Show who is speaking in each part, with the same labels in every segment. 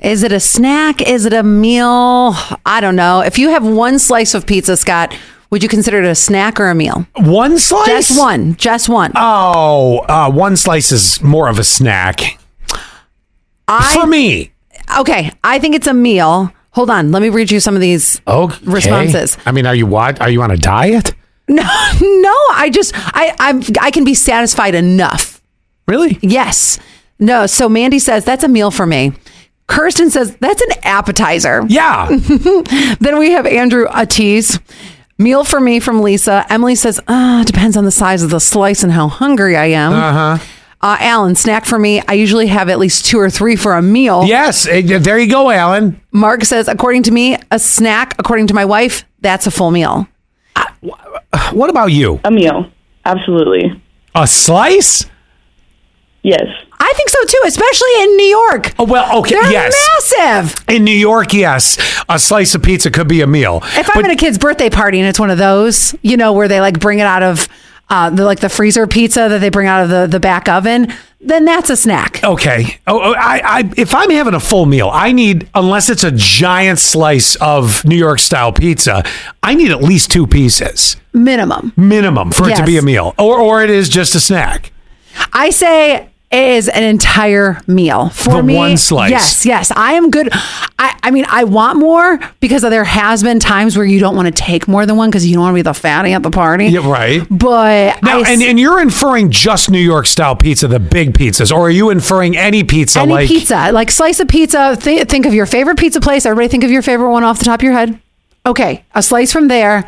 Speaker 1: Is it a snack? Is it a meal? I don't know. If you have one slice of pizza, Scott, would you consider it a snack or a meal?
Speaker 2: One slice?
Speaker 1: Just one. Just one.
Speaker 2: Oh, uh, one slice is more of a snack.
Speaker 1: I
Speaker 2: For me.
Speaker 1: okay. I think it's a meal. Hold on. Let me read you some of these
Speaker 2: Okay.
Speaker 1: responses.
Speaker 2: I mean, are you what? Are you on a diet?
Speaker 1: No, no. I just I I'm, I can be satisfied enough.
Speaker 2: Really?
Speaker 1: Yes. No. So Mandy says that's a meal for me. Kirsten says that's an appetizer.
Speaker 2: Yeah.
Speaker 1: Then we have Andrew a tease. Meal for me from Lisa. Emily says, ah, depends on the size of the slice and how hungry I am. Uh-huh. Uh, Alan, snack for me. I usually have at least two or three for a meal.
Speaker 2: yes. eh, There you go, Alan.
Speaker 1: Mark says, according to me, a snack, according to my wife, that's a full meal.
Speaker 2: What about you?
Speaker 3: A meal. Absolutely.
Speaker 2: A slice?
Speaker 3: Yes.
Speaker 1: I think so too, especially in New York.
Speaker 2: Oh, well, okay.
Speaker 1: They're
Speaker 2: yes.
Speaker 1: massive.
Speaker 2: In New York, yes, a slice of pizza could be a meal.
Speaker 1: If I'm at a kid's birthday party and it's one of those, you know, where they like bring it out of uh, the like the freezer pizza that they bring out of the, the back oven, then that's a snack.
Speaker 2: Okay. Oh, oh, I, I, if I'm having a full meal, I need, unless it's a giant slice of New York style pizza, I need at least two pieces
Speaker 1: Minimum.
Speaker 2: minimum for it to be
Speaker 1: Yes.
Speaker 2: a meal, or or it is just a snack.
Speaker 1: I say it is an entire meal for
Speaker 2: The
Speaker 1: me.
Speaker 2: one slice.
Speaker 1: Yes, yes. I am good. I, I mean, I want more because there has been times where you don't want to take more than one because you don't want to be the fatty at the party.
Speaker 2: Yeah, right.
Speaker 1: But I
Speaker 2: Now, and,
Speaker 1: s-
Speaker 2: and you're inferring just New York style pizza, the big pizzas, or are you inferring any pizza
Speaker 1: any
Speaker 2: like
Speaker 1: pizza, like slice of pizza. Th- think of your favorite pizza place. Everybody, think of your favorite one off the top of your head. Okay, a slice from there,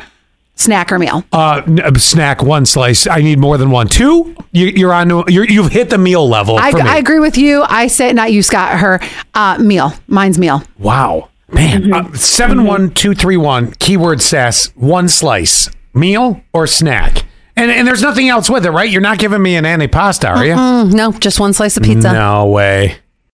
Speaker 1: snack or meal.
Speaker 2: uh, n- a snack, one slice? I need more than one. Two, you, you're on. to- You're, you've hit the meal level.
Speaker 1: I,
Speaker 2: for me.
Speaker 1: I agree with you. I say not you, Scott. Her uh, meal. Mine's meal.
Speaker 2: Wow, man!
Speaker 1: Mm-hmm.
Speaker 2: Uh, Seven one two three one keyword sass one slice meal or snack, and and there's nothing else with it, right? You're not giving me an antipasta, are you?
Speaker 1: Mm, no, just one slice of pizza.
Speaker 2: No way.